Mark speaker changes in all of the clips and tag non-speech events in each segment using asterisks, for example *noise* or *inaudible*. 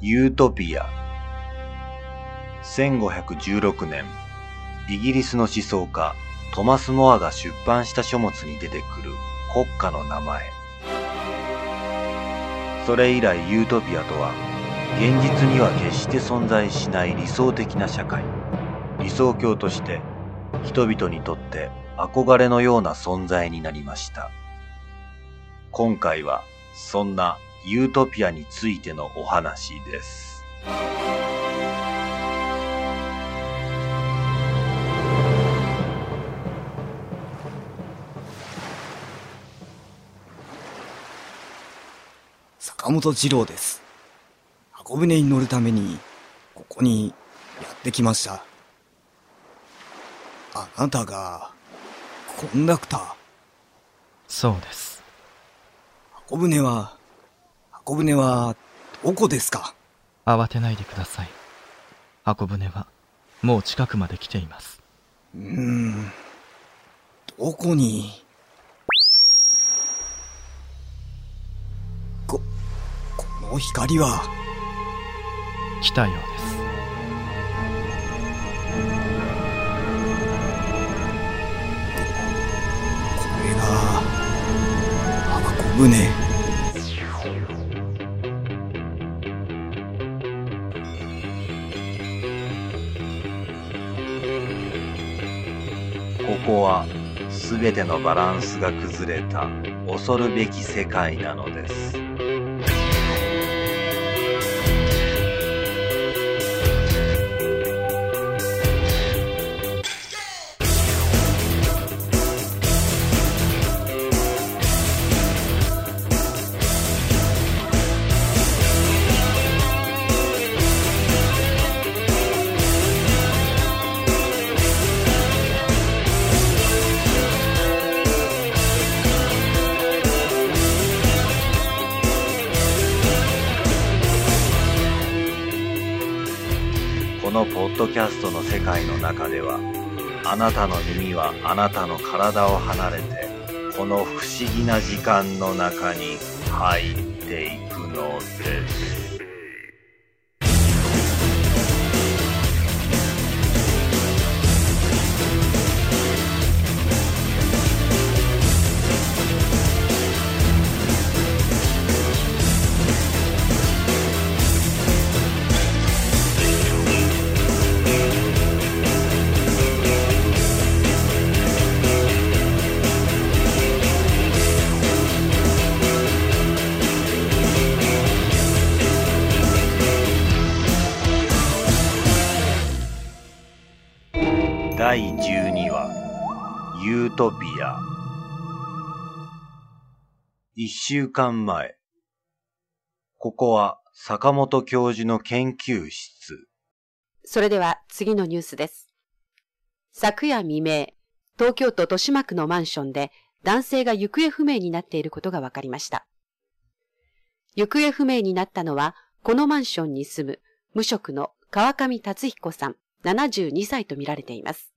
Speaker 1: ユートピア1516年イギリスの思想家トマス・モアが出版した書物に出てくる国家の名前それ以来ユートピアとは現実には決して存在しない理想的な社会理想郷として人々にとって憧れのような存在になりました今回はそんなユートピアについてのお話です
Speaker 2: 坂本二郎です。箱舟に乗るために、ここにやってきました。あなたが、コンダクター。
Speaker 3: そうです。
Speaker 2: 箱舟は、箱舟は、どこですか
Speaker 3: 慌てないでください。箱舟は、もう近くまで来ています。
Speaker 2: うーん。どこに、こ、この光は、
Speaker 3: 来たようです。
Speaker 2: これが、箱舟。
Speaker 1: ここは全てのバランスが崩れた恐るべき世界なのですこのポッドキャストの世界の中ではあなたの耳はあなたの体を離れてこの不思議な時間の中に入っていくのです第12話ユートピア一週間前ここは坂本教授の研究室
Speaker 4: それでは次のニュースです。昨夜未明、東京都豊島区のマンションで男性が行方不明になっていることが分かりました。行方不明になったのは、このマンションに住む無職の川上達彦さん72歳とみられています。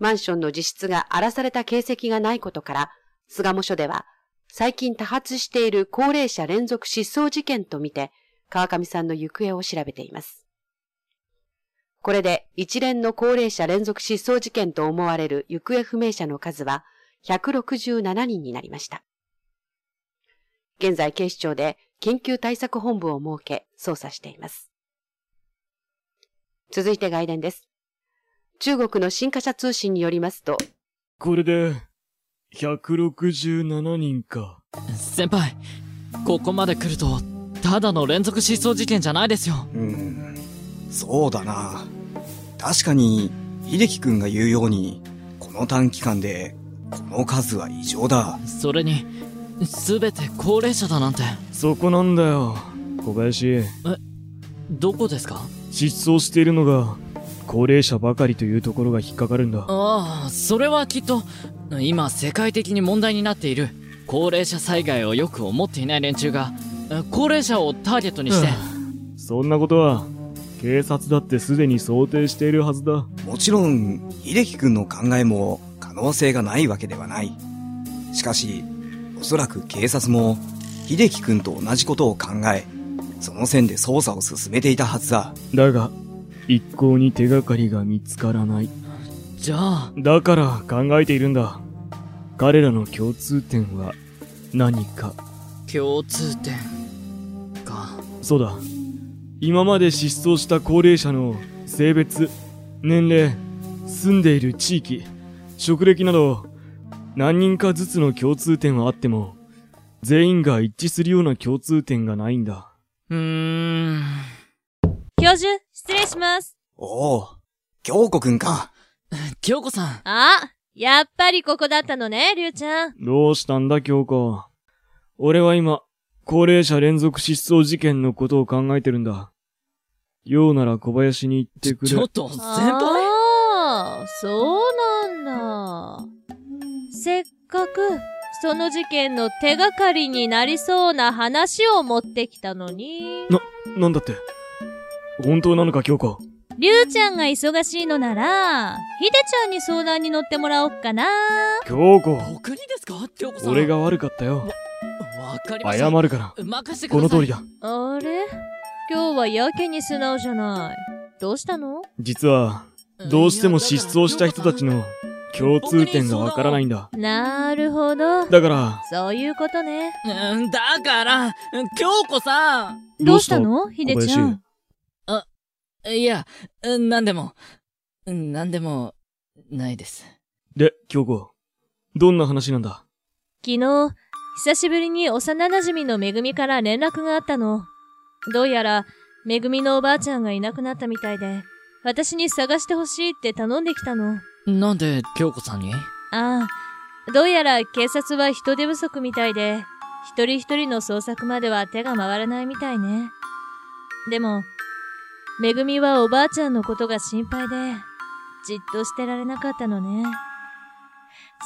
Speaker 4: マンションの自室が荒らされた形跡がないことから、菅本署では最近多発している高齢者連続失踪事件とみて、川上さんの行方を調べています。これで一連の高齢者連続失踪事件と思われる行方不明者の数は167人になりました。現在警視庁で緊急対策本部を設け捜査しています。続いて外伝です。中国の新華社通信によりますと、
Speaker 5: これで、167人か。
Speaker 6: 先輩、ここまで来ると、ただの連続失踪事件じゃないですよ。
Speaker 2: うん、そうだな。確かに、秀樹くんが言うように、この短期間で、この数は異常だ。
Speaker 6: それに、すべて高齢者だなんて、
Speaker 5: そこなんだよ。小林、
Speaker 6: どこですか
Speaker 5: 失踪しているのが、高齢者ばかりというところが引っかかるんだ。
Speaker 6: ああ、それはきっと、今世界的に問題になっている、高齢者災害をよく思っていない連中が、高齢者をターゲットにして、
Speaker 5: そんなことは、警察だってすでに想定しているはずだ。
Speaker 2: もちろん、秀樹くんの考えも可能性がないわけではない。しかし、おそらく警察も、秀樹くんと同じことを考え、その線で捜査を進めていたはずだ。
Speaker 5: だが、一向に手がかりが見つからない。
Speaker 6: じゃあ、
Speaker 5: だから考えているんだ。彼らの共通点は何か。
Speaker 6: 共通点か。
Speaker 5: そうだ。今まで失踪した高齢者の性別、年齢、住んでいる地域、職歴など、何人かずつの共通点はあっても、全員が一致するような共通点がないんだ。
Speaker 6: うーん。
Speaker 7: 教授、失礼します。
Speaker 2: おお、京子くんか。
Speaker 6: 京子さん、
Speaker 7: あ、やっぱりここだったのね、りゅうちゃん。
Speaker 5: どうしたんだ、京子。俺は今、高齢者連続失踪事件のことを考えてるんだ。ようなら小林に行ってくれ。
Speaker 6: ちょっと、先輩
Speaker 7: ああ、そうなんだ。せっかく、その事件の手がかりになりそうな話を持ってきたのに。
Speaker 5: なんだって。本当なのか、京子。
Speaker 7: りゅうちゃんが忙しいのなら、ひでちゃんに相談に乗ってもらおっかな。
Speaker 5: 京子、
Speaker 6: 僕にですか京子さん。
Speaker 5: 俺が悪かったよ。
Speaker 6: わかりました。
Speaker 5: 謝るから。
Speaker 6: 任せてく
Speaker 5: こ
Speaker 6: ださ
Speaker 5: の
Speaker 6: い。
Speaker 5: 通り。だ。
Speaker 7: あれ今日はやけに素直じゃない。どうしたの
Speaker 5: 実は、どうしても失踪した人たちの共通点がわからないんだ。
Speaker 7: なるほど。
Speaker 5: だから、
Speaker 7: そういうことね。
Speaker 6: うん、だから、京子さん
Speaker 7: どうしたのひでちゃ
Speaker 5: 小
Speaker 7: ん
Speaker 5: 林。
Speaker 6: いや、なんでも、なんでも、ないです。
Speaker 5: で、京子、どんな話なんだ
Speaker 7: 昨日、久しぶりに幼馴染のめぐみから連絡があったの。どうやら、めぐみのおばあちゃんがいなくなったみたいで、私に探してほしいって頼んできたの。
Speaker 6: なんで、京子さんに
Speaker 7: ああ、どうやら警察は人手不足みたいで、一人一人の捜索までは手が回らないみたいね。でも、めぐみはおばあちゃんのことが心配で、じっとしてられなかったのね。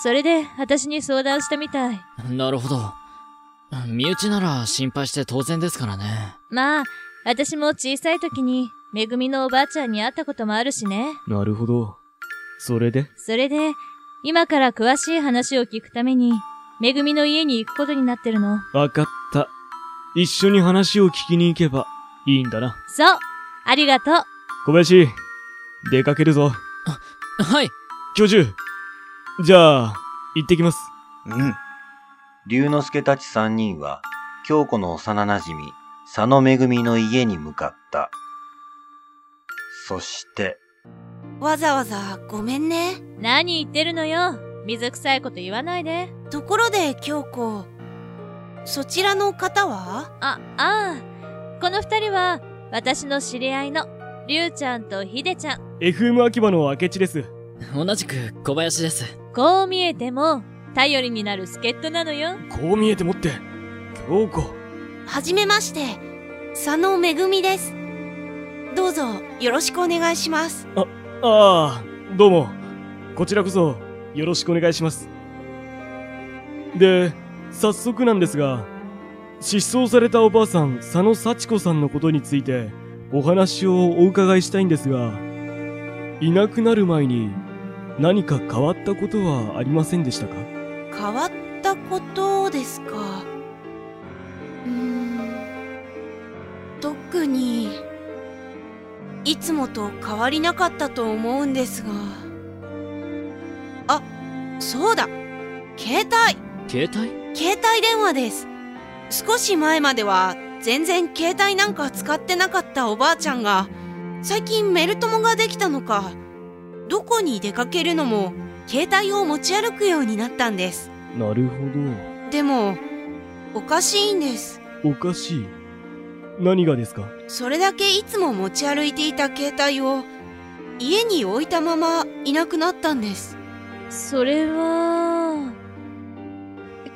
Speaker 7: それで、私に相談したみたい。
Speaker 6: なるほど。身内なら心配して当然ですからね。
Speaker 7: まあ、私も小さい時に、めぐみのおばあちゃんに会ったこともあるしね。
Speaker 5: なるほど。それで
Speaker 7: それで、今から詳しい話を聞くために、めぐみの家に行くことになってるの。
Speaker 5: わかった。一緒に話を聞きに行けばいいんだな。
Speaker 7: そうありがとう
Speaker 5: 小林、出かけるぞ。
Speaker 6: はい。
Speaker 5: 教授、じゃあ、行ってきます。
Speaker 2: うん。
Speaker 1: 龍之介たち三人は、京子の幼馴染み、佐野恵の家に向かった。そして、
Speaker 8: わざわざごめんね。
Speaker 7: 何言ってるのよ水臭いこと言わないで。
Speaker 8: ところで京子、そちらの方は
Speaker 7: あ、ああ。この二人は、私の知り合いの、りゅうちゃんとひでちゃん。
Speaker 5: FM 秋葉の明智です。
Speaker 6: 同じく小林です。
Speaker 7: こう見えても、頼りになる助っ人なのよ。
Speaker 5: こう見えてもって、京子。
Speaker 8: はじめまして、佐野めぐみです。どうぞよろしくお願いします。
Speaker 5: ああ、どうも。こちらこそ、よろしくお願いします。で、早速なんですが、失踪されたおばあさん、佐野幸子さんのことについて、お話をお伺いしたいんですが、いなくなる前に、何か変わったことはありませんでしたか
Speaker 8: 変わったことですか。うーん、特に、いつもと変わりなかったと思うんですが。あ、そうだ携帯
Speaker 6: 携帯
Speaker 8: 携帯電話です少し前までは全然携帯なんか使ってなかったおばあちゃんが最近メル友ができたのかどこに出かけるのも携帯を持ち歩くようになったんです
Speaker 5: なるほ
Speaker 8: でもおかしいんです
Speaker 5: ど。おかしい。何がですか
Speaker 8: それだけいつも持ち歩いていた携帯を家に置いたままいなくなったんです
Speaker 7: それは、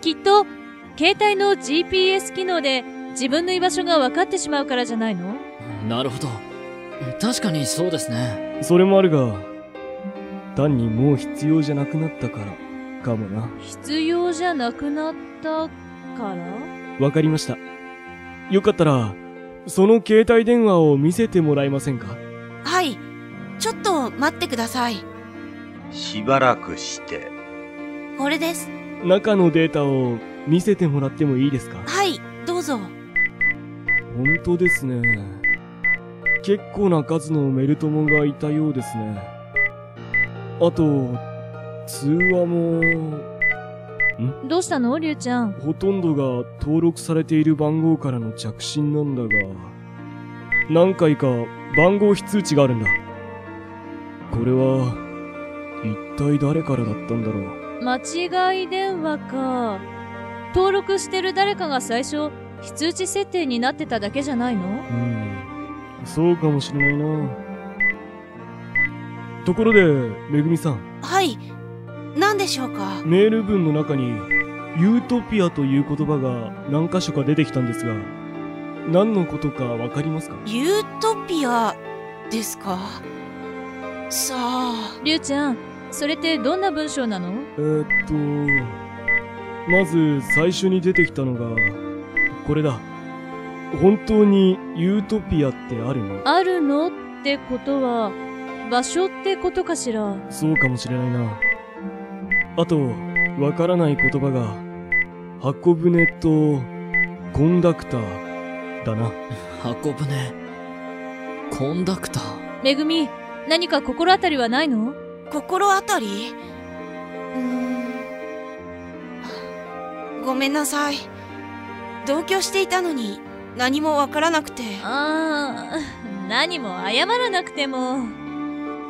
Speaker 7: きっと、携帯の GPS 機能で自分の居場所が分かってしまうからじゃないの
Speaker 6: なるほど。確かにそうですね。
Speaker 5: それもあるが、単にもう必要じゃなくなったから、かもな。
Speaker 7: 必要じゃなくなったから
Speaker 5: わかりました。よかったら、その携帯電話を見せてもらえませんか
Speaker 8: はいちょっと待ってください
Speaker 1: しばらくして、
Speaker 8: これです
Speaker 5: 中のデータを見せてもらってもいいですか
Speaker 8: はいどうぞ
Speaker 5: 本当ですね。結構な数のメルトモンがいたようですね。あと、通話も、
Speaker 7: どうしたのリュウちゃん。
Speaker 5: ほとんどが登録されている番号からの着信なんだが、何回か番号非通知があるんだ。これは、一体誰からだったんだろう。
Speaker 7: 間違い電話か。登録してる誰かが最初、非通知設定になってただけじゃないの
Speaker 5: うん。そうかもしれないな。ところで、めぐみさん。
Speaker 8: はい何でしょうか
Speaker 5: メール文の中に「ユートピア」という言葉が何箇所か出てきたんですが何のことかわかりますか
Speaker 8: ユートピアですかさあ
Speaker 7: リュウちゃん、それってどんな文章なの
Speaker 5: えー、っとまず最初に出てきたのがこれだ本当にユートピアってあるの
Speaker 7: あるのってことは、場所ってことかしら。
Speaker 5: そうかもしれないなあとわからない言葉が箱舟とコンダクターだな
Speaker 6: 運ぶね。コンダクター。
Speaker 7: めぐみ、何か心当たりはないの
Speaker 8: 心当たりうーんごめんなさい同居していたのに何もわからなくて
Speaker 7: あー、何も謝らなくても。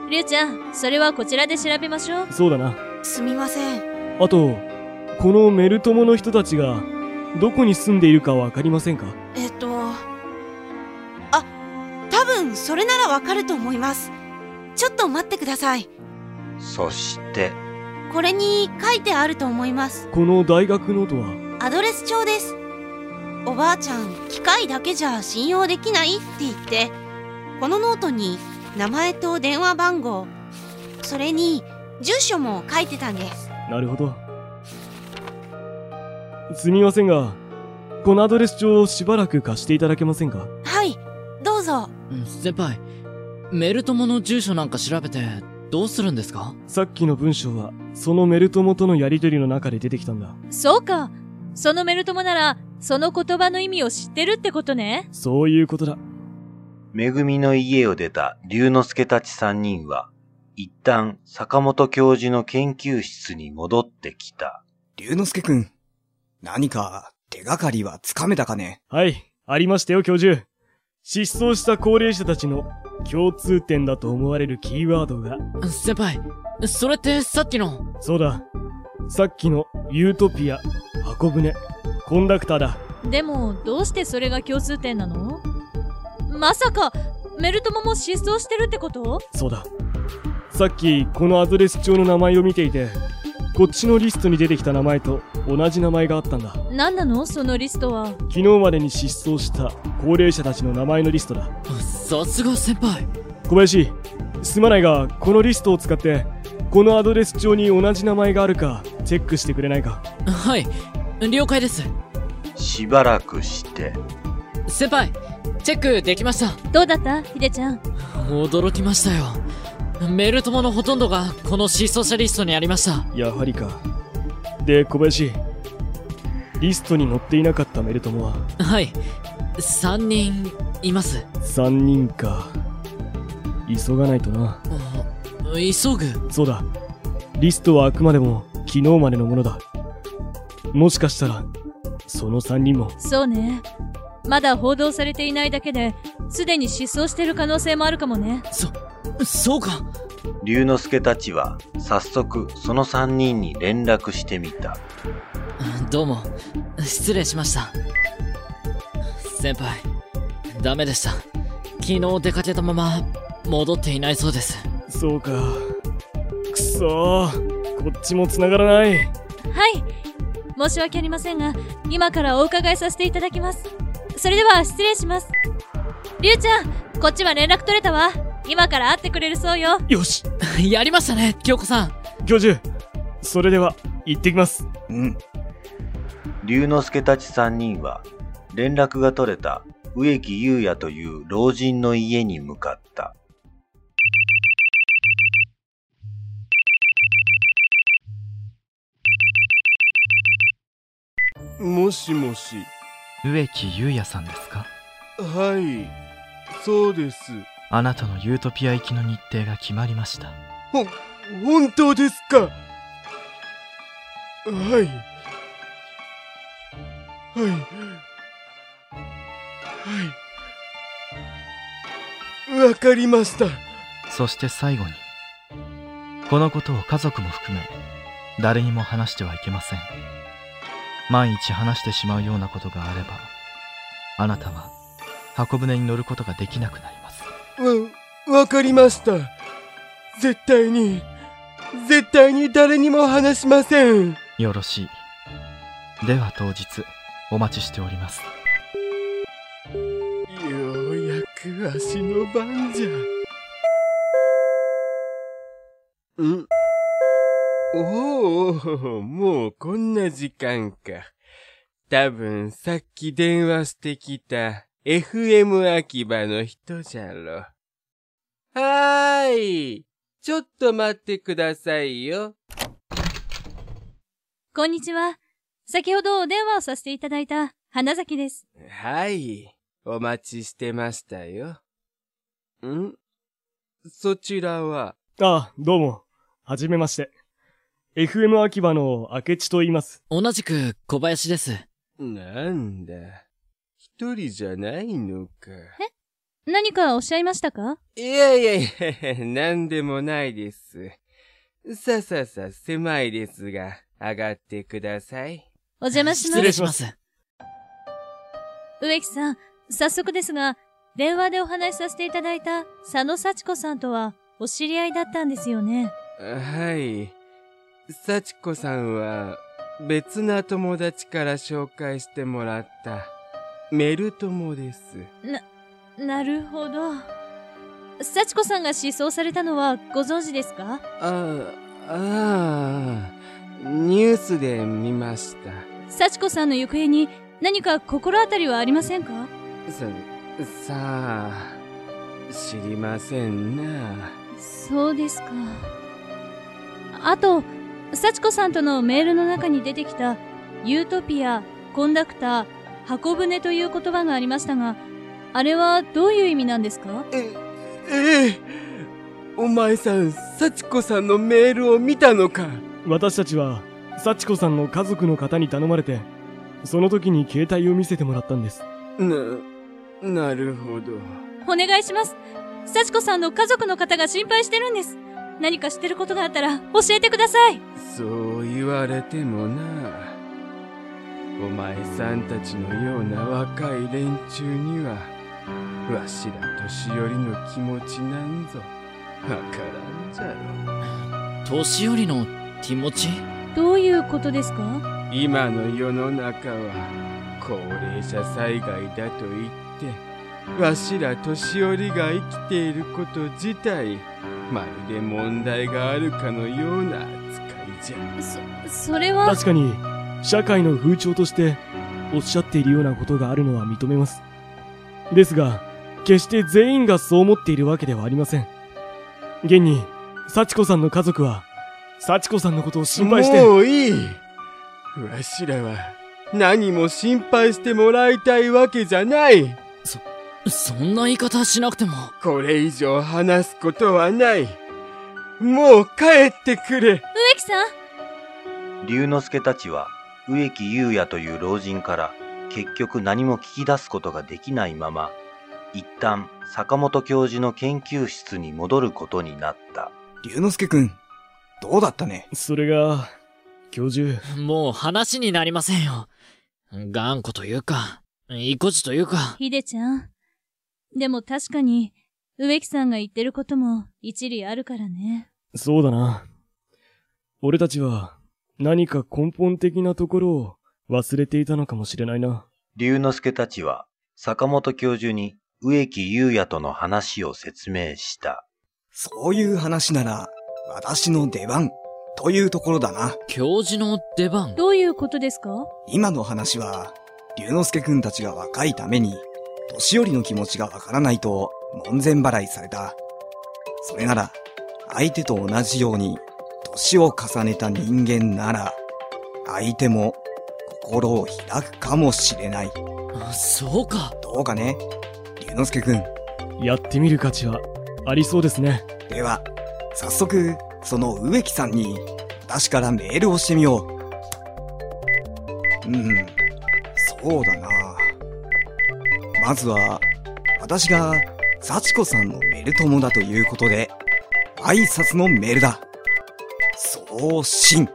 Speaker 7: リュウちゃん、それはこちらで調べましょう。
Speaker 5: そうだな
Speaker 8: すみません
Speaker 5: あと、このメルトモの人たちが、どこに住んでいるかわかりませんか
Speaker 8: えっとあ多分それならわかると思いますちょっと待ってください
Speaker 1: そして、
Speaker 8: これに書いてあると思います
Speaker 5: この大学ノートは、
Speaker 8: アドレス帳ですおばあちゃん機械だけじゃ信用できないって言ってこのノートに名前と電話番号それに住所も書いてたんです
Speaker 5: なるほど。すみませんが、このアドレス帳をしばらく貸していただけませんか
Speaker 8: はいどうぞ
Speaker 6: うん先輩、メルトモの住所なんか調べて、どうするんですか
Speaker 5: さっきの文章は、そのメルトモとのやりとりの中で出てきたんだ。
Speaker 7: そうか。そのメルトモなら、その言葉の意味を知ってるってことね。
Speaker 5: そういうことだ。
Speaker 1: めぐみの家を出た龍之介たち三人は、一旦坂本教授の研究室に戻ってきた。
Speaker 2: 龍之介くん、何か手がかりはつかめたかね
Speaker 5: はい、ありましたよ、教授。失踪した高齢者たちの共通点だと思われるキーワードが、
Speaker 6: 先輩、それってさっきの。
Speaker 5: そうだ。さっきのユートピア、箱舟、コンダクターだ。
Speaker 7: でも、どうしてそれが共通点なのまさか、メルトモも失踪してるってこと
Speaker 5: そうだ。さっきこのアドレス帳の名前を見ていて、こっちのリストに出てきた名前と同じ名前があったんだ。
Speaker 7: 何なのそのリストは。
Speaker 5: 昨日までに失踪した高齢者たちの名前のリストだ。
Speaker 6: さすが先輩。
Speaker 5: 小林、すまないが、このリストを使って、このアドレス帳に同じ名前があるかチェックしてくれないか。
Speaker 6: はい、了解です。
Speaker 1: しばらくして、
Speaker 6: 先輩、チェックできました。
Speaker 7: どうだったひでちゃん。
Speaker 6: 驚きましたよ。メルトモのほとんどがこの失踪者リストにありました。
Speaker 5: やはりか。で、小林、リストに載っていなかったメルトモは、
Speaker 6: はい、3人います。
Speaker 5: 3人か。急がないとな。
Speaker 6: 急ぐ。
Speaker 5: そうだ。リストはあくまでも昨日までのものだ。もしかしたら、その3人も。
Speaker 7: そうね。まだ報道されていないだけで、すでに失踪してる可能性もあるかもね。
Speaker 6: そうか。
Speaker 1: 龍之介たちは早速その三人に連絡してみた。
Speaker 6: どうも、失礼しました。先輩、ダメでした。昨日出かけたまま、戻っていないそうです。
Speaker 5: そうか。くそー。こっちも繋がらない。
Speaker 7: はい。申し訳ありませんが、今からお伺いさせていただきます。それでは失礼します。りゅうちゃん、こっちは連絡取れたわ。今から会ってくれるそうよ。
Speaker 5: よし
Speaker 6: *laughs* やりましたね、京子さん。
Speaker 5: 教授それでは、行ってきます。
Speaker 2: うん。
Speaker 1: 龍之介たち三人は連絡が取れた植木優也という老人の家に向かった。
Speaker 5: もしもし。
Speaker 3: 植木優也さんですか
Speaker 9: はい、そうです。
Speaker 3: あなたのユートピア行きの日程が決まりました
Speaker 9: ほ、本当ですかはい。はい。はい。わかりました。
Speaker 3: そして最後にこのことを家族も含め誰にも話してはいけません万一話してしまうようなことがあればあなたは箱舟に乗ることができなくなります
Speaker 9: わ、わかりました。絶対に、絶対に誰にも話しません。
Speaker 3: よろしいでは当日お待ちしております
Speaker 9: ようやく足の番じゃ。んおお、もうこんな時間か。多分さっき電話してきた FM 秋葉の人じゃろ。はーい。ちょっと待ってくださいよ。
Speaker 7: こんにちは。先ほどお電話をさせていただいた花崎です。
Speaker 9: はい。お待ちしてましたよ。んそちらは
Speaker 5: あ、どうも。はじめまして。FM 秋葉の明智と言います。
Speaker 6: 同じく小林です。
Speaker 9: なんだ、一人じゃないのか。
Speaker 7: 何かおっしゃいましたか
Speaker 9: いやいやいや、なんでもないです。さあさあさあ、狭いですが、上がってください。
Speaker 7: お邪魔しま
Speaker 6: 失礼
Speaker 7: す。
Speaker 6: します。
Speaker 7: 植木さん、早速ですが、電話でお話しさせていただいた佐野幸子さんとはお知り合いだったんですよね。
Speaker 9: はい。幸子さんは、別な友達から紹介してもらった、メル友です。
Speaker 7: なるほど。幸子さんが失踪されたのはご存知ですか
Speaker 9: ああ、ああ、ニュースで見ました。
Speaker 7: 幸子さんの行方に何か心当たりはありませんか
Speaker 9: さ、さあ、知りませんな。
Speaker 7: そうですか。あと、幸子さんとのメールの中に出てきた、ユートピア、コンダクター、箱舟という言葉がありましたが、あれはどういう意味なんですか
Speaker 9: え、ええ、お前さん、幸子さんのメールを見たのか
Speaker 5: 私たちは、幸子さんの家族の方に頼まれて、その時に携帯を見せてもらったんです。
Speaker 9: な、なるほど。
Speaker 7: お願いします。幸子さんの家族の方が心配してるんです。何か知ってることがあったら教えてください。
Speaker 9: そう言われてもな。お前さんたちのような若い連中には、わしら年寄りの気持ちなんぞ、わからんじゃろ。
Speaker 6: 年寄りの気持ち
Speaker 7: どういうことですか
Speaker 9: 今の世の中は高齢者災害だと言ってわしら年寄りが生きていること自体まるで問題があるかのような扱いじゃ
Speaker 7: そ、それは、
Speaker 5: 確かに、社会の風潮として、おっしゃっているようなことがあるのは認めます。ですが、決して全員がそう思っているわけではありません。現に、幸子さんの家族は、幸子さんのことを心配して、
Speaker 9: もういいわしらは何も心配してもらいたいわけじゃない
Speaker 6: そんな言い方しなくても。
Speaker 9: これ以上話すことはないもう帰ってくれ
Speaker 7: 植木さん
Speaker 1: 龍之介たちは植木優也という老人から結局何も聞き出すことができないまま一旦坂本教授の研究室に戻ることになった
Speaker 2: 龍之介くん、どうだったね
Speaker 5: それが、教授、
Speaker 6: もう話になりませんよ。頑固というか、意固地というか。
Speaker 7: ひでちゃん。でも確かに、植木さんが言ってることも一理あるからね。
Speaker 5: そうだな。俺たちは、何か根本的なところを忘れていたのかもしれないな。
Speaker 1: 龍之介たちは坂本教授に植木優也との話を説明した
Speaker 2: そういう話なら、私の出番、というところだな。
Speaker 6: 教授の出番
Speaker 7: どういうことですか
Speaker 2: 今の話は、龍之介くんたちが若いために、年寄りの気持ちがわからないと、門前払いされた。それなら、相手と同じように、年を重ねた人間なら、相手も、心を開くかもしれない。
Speaker 6: あそうか。
Speaker 2: どうかね龍之介くん。
Speaker 5: やってみる価値はありそうですね。
Speaker 2: では、早速、その植木さんに、私からメールをしてみよう。うん、そうだな。まずは、私が、幸子さんのメル友だということで、挨拶のメールだ。送信。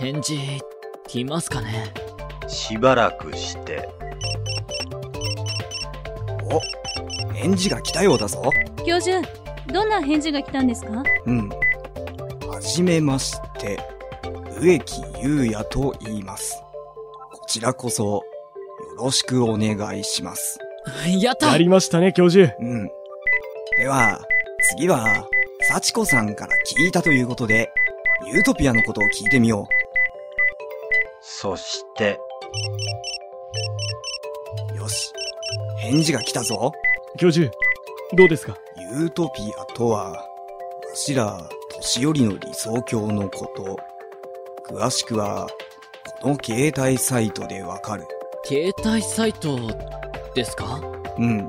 Speaker 6: 返事、来ますかね。
Speaker 1: しばらくして、
Speaker 2: お、返事が来たようだぞ。
Speaker 7: 教授、どんな返事が来たんですか
Speaker 2: うん。はじめまして、植木優也と言います。こちらこそ、よろしくお願いします。
Speaker 6: やった
Speaker 5: やりましたね、教授。
Speaker 2: うん。では、次は、幸子さんから聞いたということで、ユートピアのことを聞いてみよ
Speaker 1: そして、
Speaker 2: う。よし。返事が来たぞ。
Speaker 5: 教授、どうですか
Speaker 2: ユートピアとは、わしら、年寄りの理想郷のこと。詳しくは、この携帯サイトでわかる。
Speaker 6: 携帯サイトですか
Speaker 2: うん。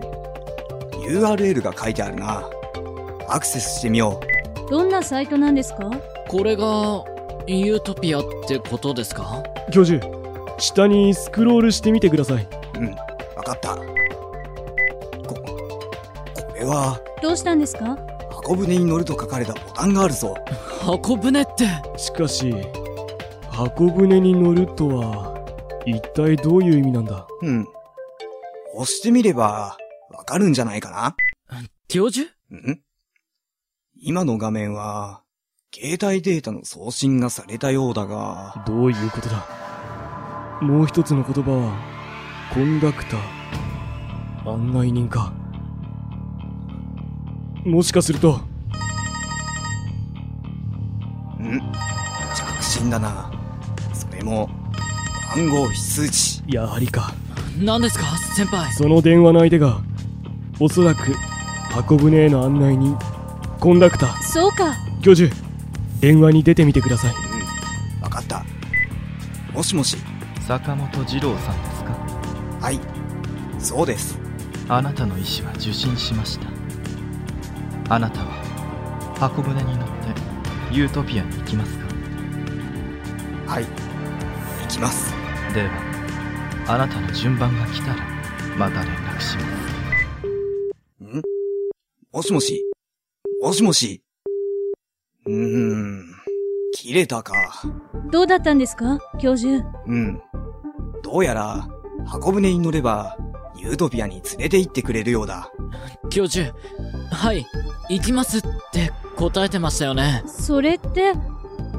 Speaker 2: URL が書いてあるな。アクセスしてみよう。
Speaker 7: どんなサイトなんですか
Speaker 6: これがユートピアってことですか
Speaker 5: 教授、下にスクロールしてみてください。
Speaker 2: うん。わかった。こ、これは、
Speaker 7: どうしたんですか
Speaker 2: 箱舟に乗ると書かれたボタンがあるぞ。
Speaker 6: 箱舟って
Speaker 5: しかし、箱舟に乗るとは、一体どういう意味なんだ
Speaker 2: うん。押してみれば、わかるんじゃないかな
Speaker 6: 教授
Speaker 2: ん今の画面は、携帯データの送信がされたようだが、
Speaker 5: どういうことだもう一つの言葉は、コンダクター、案内人か。もしかすると、
Speaker 2: ん着信だな。それも、番号非数値。
Speaker 5: やはりか。
Speaker 6: 何ですか先輩
Speaker 5: その電話の相手が、おそらく、箱舟への案内人、コンダクター、
Speaker 7: そうか
Speaker 5: 教授、電話に出てみてください。
Speaker 2: うん。わかった。もしもし。
Speaker 3: 坂本二郎さんですか
Speaker 2: はい。そうです。
Speaker 3: あなたの意思は受信しましたあなたは箱舟に乗ってユートピアに行きますか
Speaker 2: はい。行きます。
Speaker 3: ではあなたの順番が来たらまた連絡します
Speaker 2: んもしもしもしもしうーん。切れたか。
Speaker 7: どうだったんですか教授
Speaker 2: うん。どうやら、箱舟に乗れば、ユートピアに連れて行ってくれるようだ。
Speaker 6: 教授はい行きますって答えてましたよね
Speaker 7: それって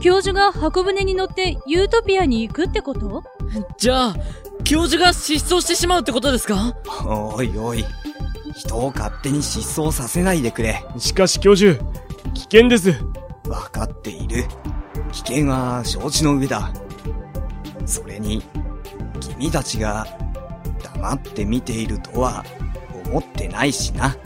Speaker 7: 教授が箱舟に乗ってユートピアに行くってこと
Speaker 6: じゃあ教授が失踪してしまうってことですか
Speaker 2: おいおい。人を勝手に失踪させないでくれ。
Speaker 5: しかし教授、危険です。
Speaker 2: わかっている。危険は承知の上だ。それに、君たちが黙って見ているとは思ってないしな。